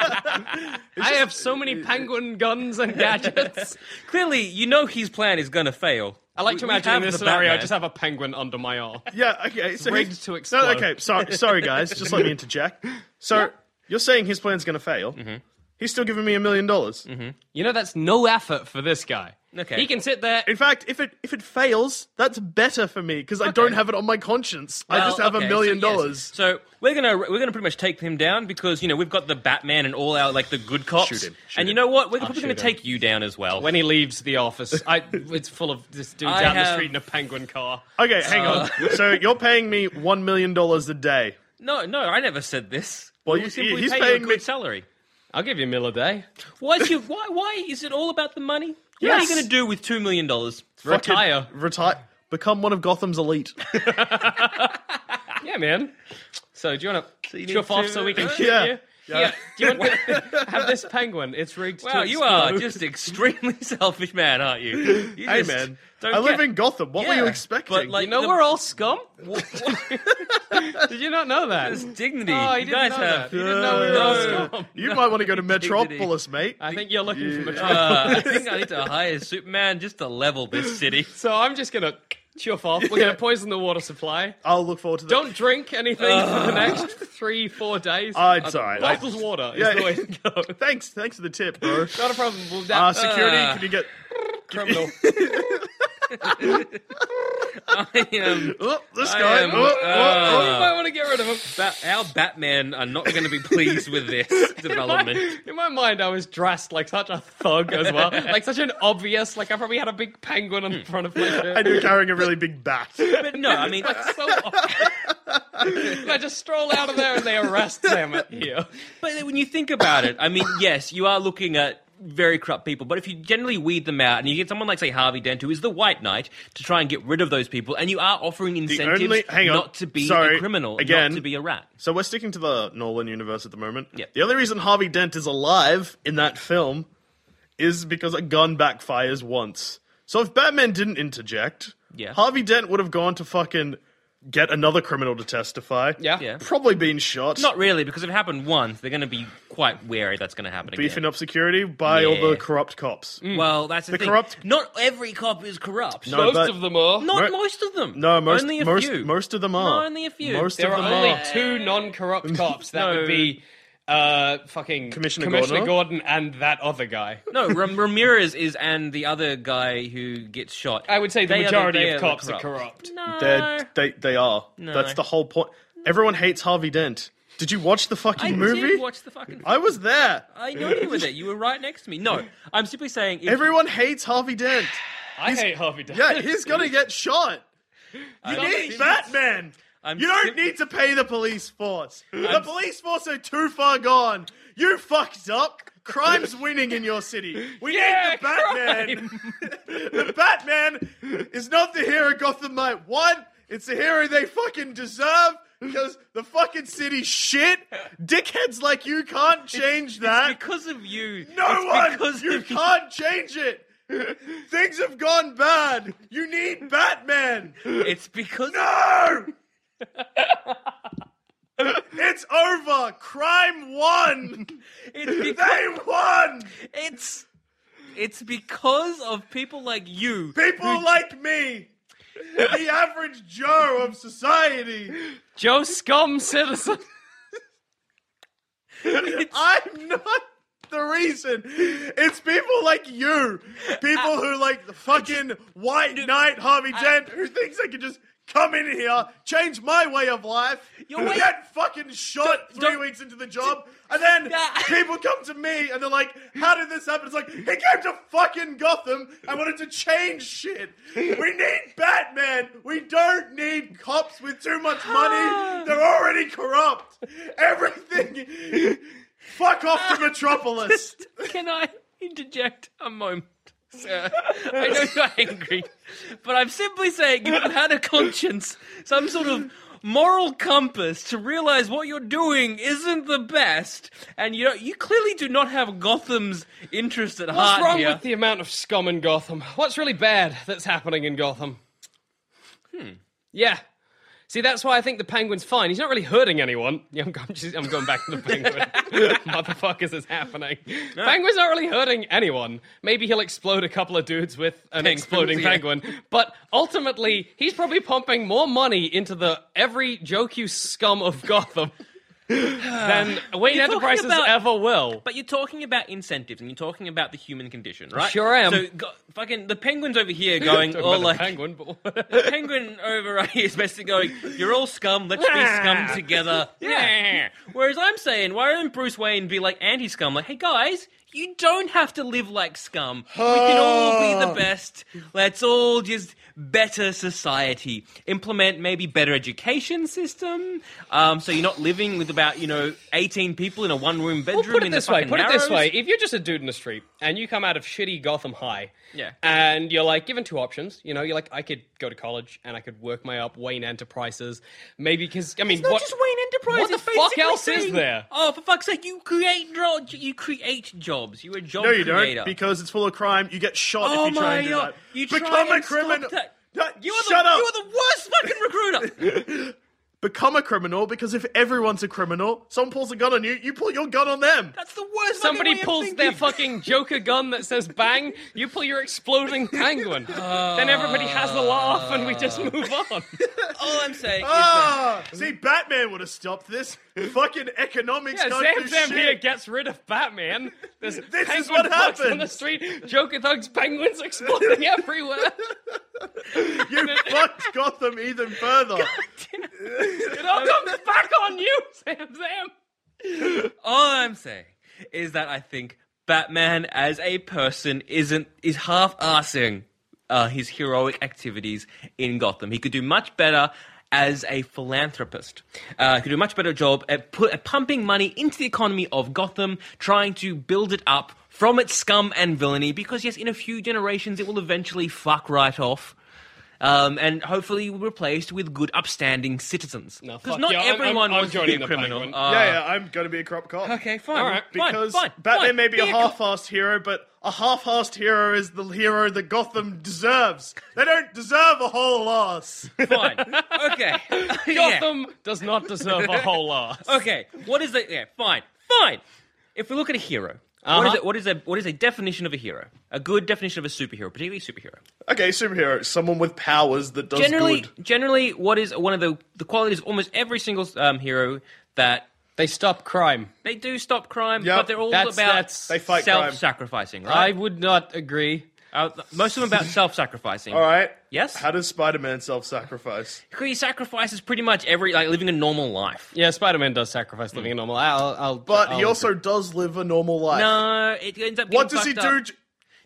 [SPEAKER 5] I have so many penguin guns and gadgets.
[SPEAKER 4] Clearly, you know his plan is going to fail.
[SPEAKER 5] I like to
[SPEAKER 4] We- we
[SPEAKER 5] imagine
[SPEAKER 4] have
[SPEAKER 5] in this
[SPEAKER 4] the
[SPEAKER 5] scenario, I
[SPEAKER 4] Batman.
[SPEAKER 5] just have a penguin under my arm.
[SPEAKER 3] Yeah, okay. So
[SPEAKER 5] rigged
[SPEAKER 3] he's-
[SPEAKER 5] to explode.
[SPEAKER 3] No, okay, sorry, sorry, guys. Just let me interject. So you're saying his plan's going to fail?
[SPEAKER 5] Mm-hmm.
[SPEAKER 3] He's still giving me a million dollars.
[SPEAKER 5] You know, that's no effort for this guy.
[SPEAKER 4] Okay.
[SPEAKER 5] He can sit there.
[SPEAKER 3] In fact, if it if it fails, that's better for me because I don't have it on my conscience. I just
[SPEAKER 4] Well,
[SPEAKER 3] have
[SPEAKER 4] okay,
[SPEAKER 3] a million
[SPEAKER 4] so yes.
[SPEAKER 3] dollars.
[SPEAKER 4] So we're gonna we're gonna pretty much take him down because you know we've got the Batman and all our like the good cops.
[SPEAKER 3] Shoot him, shoot
[SPEAKER 4] and you
[SPEAKER 3] him.
[SPEAKER 4] know what? We're probably gonna
[SPEAKER 5] Ah, shoot him.
[SPEAKER 4] take you down as well.
[SPEAKER 5] When he leaves the office, I, it's full of this dude
[SPEAKER 4] I
[SPEAKER 5] down the
[SPEAKER 4] have-
[SPEAKER 5] street in a penguin car.
[SPEAKER 3] Okay, hang
[SPEAKER 5] Uh.
[SPEAKER 3] on. so you're paying me one million dollars a day.
[SPEAKER 4] no, no, I never said this.
[SPEAKER 3] Well,
[SPEAKER 4] We
[SPEAKER 3] you-
[SPEAKER 4] simply
[SPEAKER 3] he's
[SPEAKER 4] pay you a
[SPEAKER 3] paying
[SPEAKER 4] good
[SPEAKER 3] me-
[SPEAKER 4] salary.
[SPEAKER 5] I'll give you a mill a day.
[SPEAKER 4] Why is you why why is it all about the money? What are you
[SPEAKER 3] Yes.
[SPEAKER 4] gonna do with two million dollars?
[SPEAKER 3] Fucking
[SPEAKER 5] Retire.
[SPEAKER 3] retire, become one of Gotham's elite.
[SPEAKER 5] Yeah, man. So do you want to uh,
[SPEAKER 4] need
[SPEAKER 5] chuff off
[SPEAKER 4] to-
[SPEAKER 5] so we can shoot
[SPEAKER 3] Yeah.
[SPEAKER 5] you? Yeah. Do you want to have this penguin? It's rigged.
[SPEAKER 4] Wow,
[SPEAKER 5] to
[SPEAKER 4] you are
[SPEAKER 5] explode.
[SPEAKER 4] just extremely selfish man, aren't you? you
[SPEAKER 3] hey
[SPEAKER 4] just
[SPEAKER 3] man,
[SPEAKER 4] don't
[SPEAKER 3] I live
[SPEAKER 4] care.
[SPEAKER 3] in Gotham. What
[SPEAKER 4] Yeah,
[SPEAKER 3] were you
[SPEAKER 4] but,
[SPEAKER 3] expecting?
[SPEAKER 4] like-
[SPEAKER 5] You know
[SPEAKER 4] the-
[SPEAKER 5] we're all scum.
[SPEAKER 4] What-
[SPEAKER 5] Did you not know that?
[SPEAKER 4] There's dignity.
[SPEAKER 5] Oh, you
[SPEAKER 4] you
[SPEAKER 5] didn't
[SPEAKER 4] guys
[SPEAKER 5] know
[SPEAKER 4] have.
[SPEAKER 5] that. You didn't know we were all scum.
[SPEAKER 3] you might want to go to Metropolis, mate.
[SPEAKER 5] I think you're looking for Metropolis.
[SPEAKER 4] Uh, I think I need to hire Superman just to level this city.
[SPEAKER 5] So I'm just gonna chuff off. We're gonna poison the water supply.
[SPEAKER 3] I'll look forward to that.
[SPEAKER 5] Don't drink anything for
[SPEAKER 4] Uh.
[SPEAKER 5] the next three, four days.
[SPEAKER 3] Ah, it's alright. I-
[SPEAKER 5] Bottles water is
[SPEAKER 3] Yeah.
[SPEAKER 5] the way to go.
[SPEAKER 3] Thanks, thanks for the tip, bro.
[SPEAKER 5] Not a problem. We'll that
[SPEAKER 3] Uh, security, can you get?
[SPEAKER 5] criminal.
[SPEAKER 4] I am.
[SPEAKER 3] Oh, this
[SPEAKER 4] I
[SPEAKER 3] guy.
[SPEAKER 4] am,
[SPEAKER 3] oh, oh, oh.
[SPEAKER 5] Uh,
[SPEAKER 4] Uh.
[SPEAKER 5] you might want to get rid of him.
[SPEAKER 4] Ba- uh, our Batman are not going to be pleased with this development.
[SPEAKER 5] In my mind, I was dressed like such a thug as well, like such an obvious. Like I probably had a big penguin on the front of my shirt.
[SPEAKER 3] And you're carrying a really big bat.
[SPEAKER 4] But no, I mean,
[SPEAKER 5] so off. I just stroll out of there and they arrest them at here.
[SPEAKER 4] but when you think about it, I mean, yes, you are looking at very corrupt people, but if you generally weed them out and you get someone like, say, Harvey Dent, who is the white knight, to try and get rid of those people, and you are offering incentives
[SPEAKER 3] only- hang on.
[SPEAKER 4] not to be
[SPEAKER 3] Sorry.
[SPEAKER 4] a criminal,
[SPEAKER 3] Again.
[SPEAKER 4] not to be a rat.
[SPEAKER 3] So we're sticking to the Nolan universe at the moment.
[SPEAKER 4] Yeah.
[SPEAKER 3] The only reason Harvey Dent is alive in that film is because a gun backfires once. So if Batman didn't interject,
[SPEAKER 4] Yeah.
[SPEAKER 3] Harvey Dent would have gone to fucking get another criminal to testify.
[SPEAKER 5] Yeah.
[SPEAKER 4] Yeah.
[SPEAKER 3] Probably been shot.
[SPEAKER 4] Not really, because if it happened once, they're going to be quite wary that's going to happen again.
[SPEAKER 3] beefing up security by all
[SPEAKER 4] Yeah. Mm.
[SPEAKER 3] the corrupt cops.
[SPEAKER 4] Well, that's the,
[SPEAKER 3] The
[SPEAKER 4] thing.
[SPEAKER 3] corrupt-
[SPEAKER 4] Not every cop is corrupt.
[SPEAKER 3] No,
[SPEAKER 5] Most
[SPEAKER 3] but-
[SPEAKER 5] of them are.
[SPEAKER 4] Not
[SPEAKER 3] Mer-
[SPEAKER 4] most of them.
[SPEAKER 3] No, most
[SPEAKER 4] only a
[SPEAKER 3] most
[SPEAKER 4] few.
[SPEAKER 3] most of them are.
[SPEAKER 4] No, only a few.
[SPEAKER 3] Most
[SPEAKER 5] there
[SPEAKER 3] of
[SPEAKER 5] are
[SPEAKER 3] them
[SPEAKER 5] only
[SPEAKER 3] are.
[SPEAKER 5] two non-corrupt cops. That
[SPEAKER 4] No.
[SPEAKER 5] would be uh, fucking
[SPEAKER 3] Commissioner
[SPEAKER 5] Gordon and that other guy.
[SPEAKER 4] No, Ram- Ramirez is and the other guy who gets shot.
[SPEAKER 5] I would say the
[SPEAKER 4] They are
[SPEAKER 5] majority
[SPEAKER 4] they
[SPEAKER 5] of cops
[SPEAKER 4] the
[SPEAKER 5] are corrupt.
[SPEAKER 4] No.
[SPEAKER 3] They're, they they are.
[SPEAKER 4] No.
[SPEAKER 3] That's the whole point. Everyone hates Harvey Dent. Did you watch the
[SPEAKER 4] I
[SPEAKER 3] fucking
[SPEAKER 4] did
[SPEAKER 3] movie?
[SPEAKER 4] watch the fucking.
[SPEAKER 3] I was there.
[SPEAKER 4] I know you were there. You were right next to me. No, I'm simply saying. If,
[SPEAKER 3] Everyone hates Harvey Dent.
[SPEAKER 5] I hate Harvey Dent.
[SPEAKER 3] Yeah, he's gonna get shot. You
[SPEAKER 4] I'm
[SPEAKER 3] need
[SPEAKER 4] sim-
[SPEAKER 3] Batman.
[SPEAKER 4] I'm
[SPEAKER 3] you don't
[SPEAKER 4] sim-
[SPEAKER 3] need to pay the police force. the police force are too far gone. You fucked up. Crime's winning in your city. We
[SPEAKER 5] Yeah,
[SPEAKER 3] need the Batman. the Batman is not the hero Gotham might want. It's the hero they fucking deserve because the fucking city's shit. Dickheads like you can't change that.
[SPEAKER 4] it's because of you.
[SPEAKER 3] No
[SPEAKER 4] it's
[SPEAKER 3] one!
[SPEAKER 4] Because
[SPEAKER 3] you
[SPEAKER 4] of you.
[SPEAKER 3] can't change it! Things have gone bad! You need Batman!
[SPEAKER 4] It's because.
[SPEAKER 3] No! it's over. Crime won.
[SPEAKER 4] It's because,
[SPEAKER 3] they won.
[SPEAKER 4] it's it's because of people like you.
[SPEAKER 3] People like me, the average Joe of society.
[SPEAKER 5] Joe Scum Citizen.
[SPEAKER 3] I'm not the reason. It's people like you, people who like the fucking white knight Harvey Dent, who thinks they can just come in here, change my way of life,
[SPEAKER 4] Your way-
[SPEAKER 3] get fucking shot 3
[SPEAKER 4] don't-
[SPEAKER 3] weeks into the job, and then
[SPEAKER 4] Yeah.
[SPEAKER 3] people come to me and they're like, "How did this happen?" It's like he came to fucking Gotham and wanted to change shit. We need Batman. We don't need cops with too much money. They're already corrupt. Everything. Fuck off to Metropolis.
[SPEAKER 4] Can I interject a moment? Sir, I know you're angry, but I'm simply saying if you had a conscience, some sort of moral compass to realize what you're doing isn't the best, and you don't, you clearly do not have Gotham's interest at heart
[SPEAKER 5] What's wrong
[SPEAKER 4] here.
[SPEAKER 5] with the amount of scum in Gotham? What's really bad that's happening in Gotham? Hmm.
[SPEAKER 4] Hmm.
[SPEAKER 5] Yeah. See, that's why I think the Penguin's fine. He's not really hurting anyone. Yeah, I'm, I'm, just, I'm going back to the Penguin. Motherfuckers, it's happening. Penguin's not really hurting anyone. Maybe he'll explode a couple of dudes with an exploding
[SPEAKER 4] yeah.
[SPEAKER 5] penguin. But ultimately, he's probably pumping more money into the every joke you scum of Gotham than Wayne
[SPEAKER 4] You're talking
[SPEAKER 5] Enterprises
[SPEAKER 4] about-
[SPEAKER 5] ever will.
[SPEAKER 4] But you're talking about incentives and you're talking about the human condition, right?
[SPEAKER 5] Sure am.
[SPEAKER 4] So, go, fucking, the penguin's over here going,
[SPEAKER 5] Talking
[SPEAKER 4] all
[SPEAKER 5] about the
[SPEAKER 4] like,
[SPEAKER 5] penguin, but
[SPEAKER 4] the penguin over here is basically going, "You're all scum. Let's be scum together." Yeah. Whereas I'm saying, why don't Bruce Wayne be like anti-scum? Like, hey guys, you don't have to live like scum. We can all be the best. Let's all just better society. Implement maybe better education system. Um, so you're not living with about you know 18 people in a one-room bedroom.
[SPEAKER 5] Well, put it
[SPEAKER 4] in the
[SPEAKER 5] this way.
[SPEAKER 4] fucking
[SPEAKER 5] Put it
[SPEAKER 4] Narrows.
[SPEAKER 5] this way. If you're just a dude in the street and you come out of shitty Gotham High,
[SPEAKER 4] Yeah.
[SPEAKER 5] and you're like given two options, you know, you're like, I could go to college and I could work my up Wayne Enterprises, maybe because I mean,
[SPEAKER 4] It's not
[SPEAKER 5] what,
[SPEAKER 4] just Wayne Enterprises.
[SPEAKER 5] What the
[SPEAKER 4] basically
[SPEAKER 5] fuck else is
[SPEAKER 4] saying-
[SPEAKER 5] there?
[SPEAKER 4] Oh, for fuck's sake! You create jo- you create jobs. You're a job
[SPEAKER 3] No, you
[SPEAKER 4] creator.
[SPEAKER 3] don't, because it's full of crime. You get shot
[SPEAKER 4] oh
[SPEAKER 3] if you try
[SPEAKER 4] my
[SPEAKER 3] and do
[SPEAKER 4] god!
[SPEAKER 3] that.
[SPEAKER 4] You
[SPEAKER 3] Become
[SPEAKER 4] try
[SPEAKER 3] a
[SPEAKER 4] and stop
[SPEAKER 3] criminal.
[SPEAKER 4] that.
[SPEAKER 3] No,
[SPEAKER 4] You are
[SPEAKER 3] shut
[SPEAKER 4] the,
[SPEAKER 3] up.
[SPEAKER 4] You are the worst fucking recruiter.
[SPEAKER 3] Become a criminal because if everyone's a criminal, someone pulls a gun on you, you pull your gun on them.
[SPEAKER 4] That's the worst.
[SPEAKER 5] Somebody
[SPEAKER 4] fucking way
[SPEAKER 5] pulls
[SPEAKER 4] of
[SPEAKER 5] their
[SPEAKER 4] thinking.
[SPEAKER 5] fucking Joker gun that says bang, you pull your exploding penguin. then everybody has a laugh and we just
[SPEAKER 4] Uh.
[SPEAKER 5] move on.
[SPEAKER 4] All I'm saying is
[SPEAKER 3] Ah, see, Batman would have stopped this. Fucking economics
[SPEAKER 5] Yeah,
[SPEAKER 3] can't
[SPEAKER 5] Sam
[SPEAKER 3] do
[SPEAKER 5] Zambia
[SPEAKER 3] shit.
[SPEAKER 5] gets rid of Batman. There's
[SPEAKER 3] is
[SPEAKER 5] penguin
[SPEAKER 3] what
[SPEAKER 5] thugs on the
[SPEAKER 3] happens.
[SPEAKER 5] street, Joker thugs, penguins exploding everywhere.
[SPEAKER 3] You fucked Gotham even further.
[SPEAKER 5] It all comes back on you, Sam Sam.
[SPEAKER 4] that all I'm saying is that I think Batman as a person isn't is half arsing uh, his heroic activities in Gotham. He could do much better. As a philanthropist, uh, he could do a much better job at, put, at pumping money into the economy of Gotham, trying to build it up from its scum and villainy. Because yes, in a few generations, it will eventually fuck right off, um, and hopefully replaced with good, upstanding citizens. Because
[SPEAKER 5] fuck
[SPEAKER 4] not
[SPEAKER 5] yeah, I'm- I'm-
[SPEAKER 4] everyone
[SPEAKER 5] I'm
[SPEAKER 4] wants to be
[SPEAKER 5] joining
[SPEAKER 4] a
[SPEAKER 5] the
[SPEAKER 4] criminal.
[SPEAKER 5] Penguin.
[SPEAKER 4] Uh,
[SPEAKER 3] yeah, yeah, I'm gonna be a crop cop. Um,
[SPEAKER 4] Okay, fine.
[SPEAKER 5] All right,
[SPEAKER 4] fine,
[SPEAKER 3] Because
[SPEAKER 4] fine,
[SPEAKER 3] Batman
[SPEAKER 4] fine.
[SPEAKER 3] may be a
[SPEAKER 4] co-
[SPEAKER 3] half-assed hero, but a half-assed hero is the hero that Gotham deserves. They don't deserve a whole ass.
[SPEAKER 4] Fine. Okay. Yeah.
[SPEAKER 5] Gotham does not deserve a whole ass.
[SPEAKER 4] Okay. What is the? Yeah. Fine. Fine. If we look at a hero, what is
[SPEAKER 5] Uh-huh.
[SPEAKER 4] it? What is a? What is a definition of a hero? A good definition of a superhero, particularly superhero.
[SPEAKER 3] Okay, superhero, someone with powers that does
[SPEAKER 4] generally,
[SPEAKER 3] good.
[SPEAKER 4] generally, what is one of the the qualities of almost every single um, hero that
[SPEAKER 5] They stop crime.
[SPEAKER 4] they do stop crime,
[SPEAKER 3] Yep.
[SPEAKER 4] but they're all
[SPEAKER 5] That's-
[SPEAKER 4] about
[SPEAKER 5] that's- They
[SPEAKER 3] fight crime. Uh,
[SPEAKER 4] self-sacrificing,
[SPEAKER 5] I
[SPEAKER 4] right?
[SPEAKER 5] would not agree.
[SPEAKER 4] Uh, most of them about self-sacrificing.
[SPEAKER 3] All right.
[SPEAKER 4] Yes?
[SPEAKER 3] How does Spider-Man self-sacrifice?
[SPEAKER 4] He sacrifices pretty much every like living a normal life.
[SPEAKER 5] Yeah, Spider Man does sacrifice living a normal. I'll, I'll,
[SPEAKER 3] But
[SPEAKER 5] I'll
[SPEAKER 3] he also does live a normal life.
[SPEAKER 4] No, it ends up.
[SPEAKER 3] what
[SPEAKER 4] getting
[SPEAKER 3] does he
[SPEAKER 4] Um, fucked up.
[SPEAKER 3] do? j-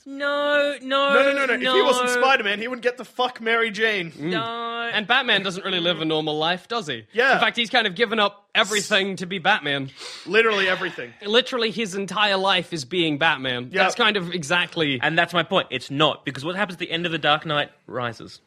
[SPEAKER 4] No, no,
[SPEAKER 3] No, no, no, no. If he wasn't Spider-Man, he would get to fuck Mary Jane.
[SPEAKER 4] no.
[SPEAKER 5] And Batman doesn't really live a normal life, does he?
[SPEAKER 3] Yeah.
[SPEAKER 5] In fact, he's kind of given up everything to be Batman.
[SPEAKER 3] Literally everything.
[SPEAKER 5] Literally, his entire life is being Batman.
[SPEAKER 3] Yeah.
[SPEAKER 5] That's kind of exactly.
[SPEAKER 4] And that's my point. It's not because what happens at the end of the Dark Knight Rises.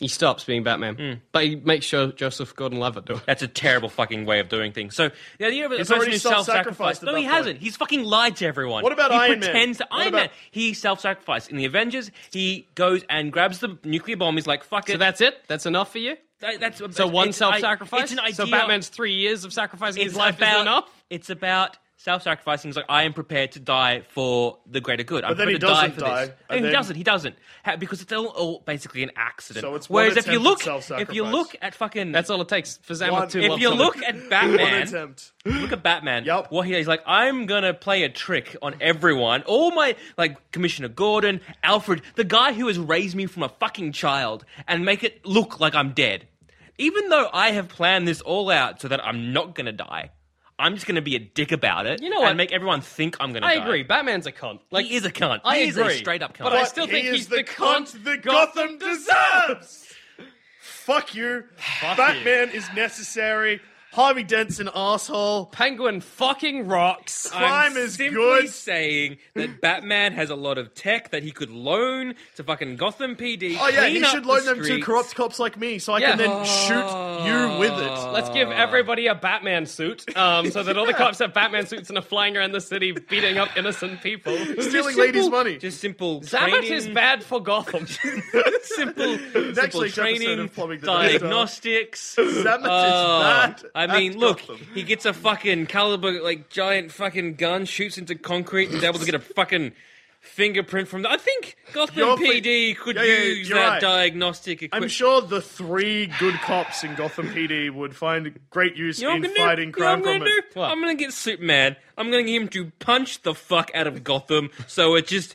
[SPEAKER 5] He stops being Batman,
[SPEAKER 3] Hmm.
[SPEAKER 5] but he makes sure Joseph Gordon-Levitt do it.
[SPEAKER 4] That's a terrible fucking way of doing things. So the idea of a
[SPEAKER 3] He's
[SPEAKER 4] person
[SPEAKER 3] already
[SPEAKER 4] who's
[SPEAKER 3] self-sacrificed
[SPEAKER 4] self-sacrificed.
[SPEAKER 3] at
[SPEAKER 4] No,
[SPEAKER 3] that
[SPEAKER 4] he
[SPEAKER 3] point.
[SPEAKER 4] hasn't. He's fucking lied to everyone.
[SPEAKER 3] What about
[SPEAKER 4] he
[SPEAKER 3] Iron Man?
[SPEAKER 4] pretends to
[SPEAKER 3] What
[SPEAKER 4] Iron
[SPEAKER 3] about-
[SPEAKER 4] Man. He self-sacrificed in the Avengers. He goes and grabs the nuclear bomb. He's like, "Fuck it."
[SPEAKER 5] So that's it. That's enough for you.
[SPEAKER 4] That, that's
[SPEAKER 5] So one
[SPEAKER 4] it's an i-
[SPEAKER 5] self-sacrifice.
[SPEAKER 4] It's an idea.
[SPEAKER 5] So Batman's three years of sacrificing
[SPEAKER 4] it's
[SPEAKER 5] his life
[SPEAKER 4] about,
[SPEAKER 5] is enough.
[SPEAKER 4] It's about self-sacrificing. It's like I am prepared to die for the greater good. I'm
[SPEAKER 3] But then he
[SPEAKER 4] prepared to die
[SPEAKER 3] doesn't
[SPEAKER 4] for
[SPEAKER 3] die,
[SPEAKER 4] this.
[SPEAKER 3] and
[SPEAKER 4] And he
[SPEAKER 3] then-
[SPEAKER 4] doesn't. He doesn't Ha- because it's all, all basically an accident.
[SPEAKER 3] So it's one
[SPEAKER 4] Whereas if you
[SPEAKER 3] attempt
[SPEAKER 4] look,
[SPEAKER 3] at
[SPEAKER 4] if you
[SPEAKER 3] self-sacrifice.
[SPEAKER 4] look at fucking,
[SPEAKER 5] That's all it takes for Zama
[SPEAKER 3] One-
[SPEAKER 5] to
[SPEAKER 4] if
[SPEAKER 5] love
[SPEAKER 4] you
[SPEAKER 5] someone.
[SPEAKER 4] look at
[SPEAKER 3] One
[SPEAKER 4] Batman,
[SPEAKER 3] attempt.
[SPEAKER 4] look at Batman.
[SPEAKER 3] Yep.
[SPEAKER 4] What he he's like, I'm gonna play a trick on everyone. All my like Commissioner Gordon, Alfred, the guy who has raised me from a fucking child, and make it look like I'm dead. Even though I have planned this all out so that I'm not gonna die, I'm just gonna be a dick about it.
[SPEAKER 5] You know what?
[SPEAKER 4] And make everyone think I'm gonna.
[SPEAKER 5] I
[SPEAKER 4] die.
[SPEAKER 5] agree. Batman's a cunt. Like
[SPEAKER 4] he is a cunt.
[SPEAKER 5] I
[SPEAKER 4] he is a
[SPEAKER 5] agree,
[SPEAKER 4] straight up cunt.
[SPEAKER 5] but I still
[SPEAKER 3] he
[SPEAKER 5] think
[SPEAKER 3] is
[SPEAKER 5] he's
[SPEAKER 3] the,
[SPEAKER 5] the
[SPEAKER 3] cunt,
[SPEAKER 5] cunt
[SPEAKER 3] that Gotham
[SPEAKER 5] Gotham
[SPEAKER 3] deserves. Fuck you. Batman is necessary. Harvey Dent's an asshole.
[SPEAKER 5] Penguin fucking rocks.
[SPEAKER 3] Crime
[SPEAKER 4] I'm
[SPEAKER 3] is
[SPEAKER 4] simply
[SPEAKER 3] good.
[SPEAKER 4] saying that Batman has a lot of tech that he could loan to fucking Gotham PD.
[SPEAKER 3] Oh yeah,
[SPEAKER 4] clean
[SPEAKER 3] he
[SPEAKER 4] up
[SPEAKER 3] should
[SPEAKER 4] the
[SPEAKER 3] loan them to
[SPEAKER 4] streets.
[SPEAKER 3] corrupt cops like me, so I
[SPEAKER 5] Yeah.
[SPEAKER 3] can then shoot you with it.
[SPEAKER 5] Let's give everybody a Batman suit, um, so that all the cops have Batman suits and are flying around the city beating up innocent people.
[SPEAKER 3] Stealing
[SPEAKER 4] simple-
[SPEAKER 3] ladies' money.
[SPEAKER 4] Just simple.
[SPEAKER 5] Zabat
[SPEAKER 4] training,
[SPEAKER 5] is bad for Gotham.
[SPEAKER 4] Simple,
[SPEAKER 3] actually
[SPEAKER 4] simple
[SPEAKER 3] each episode
[SPEAKER 4] training,
[SPEAKER 3] of Plumbing the Data.
[SPEAKER 4] diagnostics.
[SPEAKER 3] Zabat is
[SPEAKER 4] Uh,
[SPEAKER 3] bad
[SPEAKER 4] I mean,
[SPEAKER 3] at
[SPEAKER 4] look,
[SPEAKER 3] Gotham.
[SPEAKER 4] he gets a fucking caliber, like giant fucking gun, shoots into concrete, and is able to get a fucking fingerprint from that. I think Gotham
[SPEAKER 3] You're fi-
[SPEAKER 4] PD could
[SPEAKER 3] Yeah, yeah,
[SPEAKER 4] use
[SPEAKER 3] you're
[SPEAKER 4] that
[SPEAKER 3] right.
[SPEAKER 4] diagnostic equipment.
[SPEAKER 3] I'm sure the three good cops in Gotham PD would find great use
[SPEAKER 4] You know what
[SPEAKER 3] in
[SPEAKER 4] I'm gonna
[SPEAKER 3] fighting
[SPEAKER 4] do? You know
[SPEAKER 3] crime
[SPEAKER 4] what I'm
[SPEAKER 3] from
[SPEAKER 4] gonna
[SPEAKER 3] it.
[SPEAKER 4] do?
[SPEAKER 5] What?
[SPEAKER 4] I'm gonna get Superman. I'm gonna get him to punch the fuck out of Gotham so it just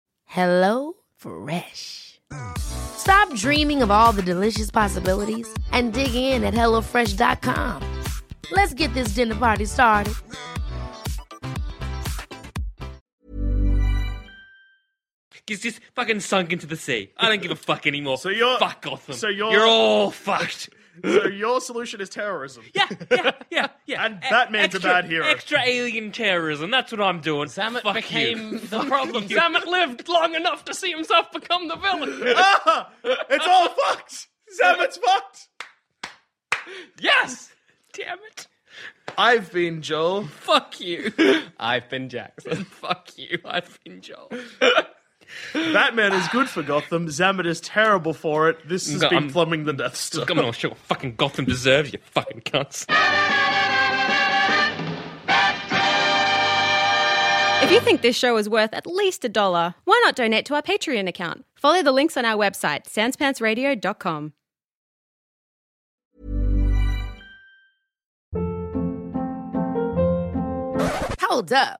[SPEAKER 6] Hello Fresh. Stop dreaming of all the delicious possibilities and dig in at HelloFresh.com. Let's get this dinner party started.
[SPEAKER 4] gets just fucking sunk into the sea. I don't give a fuck anymore.
[SPEAKER 3] So you're-
[SPEAKER 4] fuck Gotham.
[SPEAKER 3] so you're-
[SPEAKER 4] you're all fucked.
[SPEAKER 3] So your solution is terrorism.
[SPEAKER 4] Yeah, yeah, yeah, yeah. E-
[SPEAKER 3] And Batman's a
[SPEAKER 4] extra,
[SPEAKER 3] bad hero.
[SPEAKER 4] Extra alien terrorism. That's what I'm doing.
[SPEAKER 5] Zamet
[SPEAKER 4] fuck
[SPEAKER 5] became
[SPEAKER 4] you.
[SPEAKER 5] the problem. Zamet lived long enough to see himself become the villain.
[SPEAKER 3] ah, it's all fucked. Zamet's fucked.
[SPEAKER 5] yes. Damn it.
[SPEAKER 3] I've been Joel.
[SPEAKER 5] Fuck you. I've been Jackson. Fuck you. I've been Joel.
[SPEAKER 3] Batman is good for Gotham. Zamet is terrible for it. This has
[SPEAKER 4] No,
[SPEAKER 3] been
[SPEAKER 4] I'm-
[SPEAKER 3] plumbing the Death Star.
[SPEAKER 4] Come on, sure. Fucking Gotham deserves you, fucking cunts.
[SPEAKER 7] If you think this show is worth at least a dollar, why not donate to our Patreon account? Follow the links on our website, sanspantsradio.com.
[SPEAKER 6] Hold up.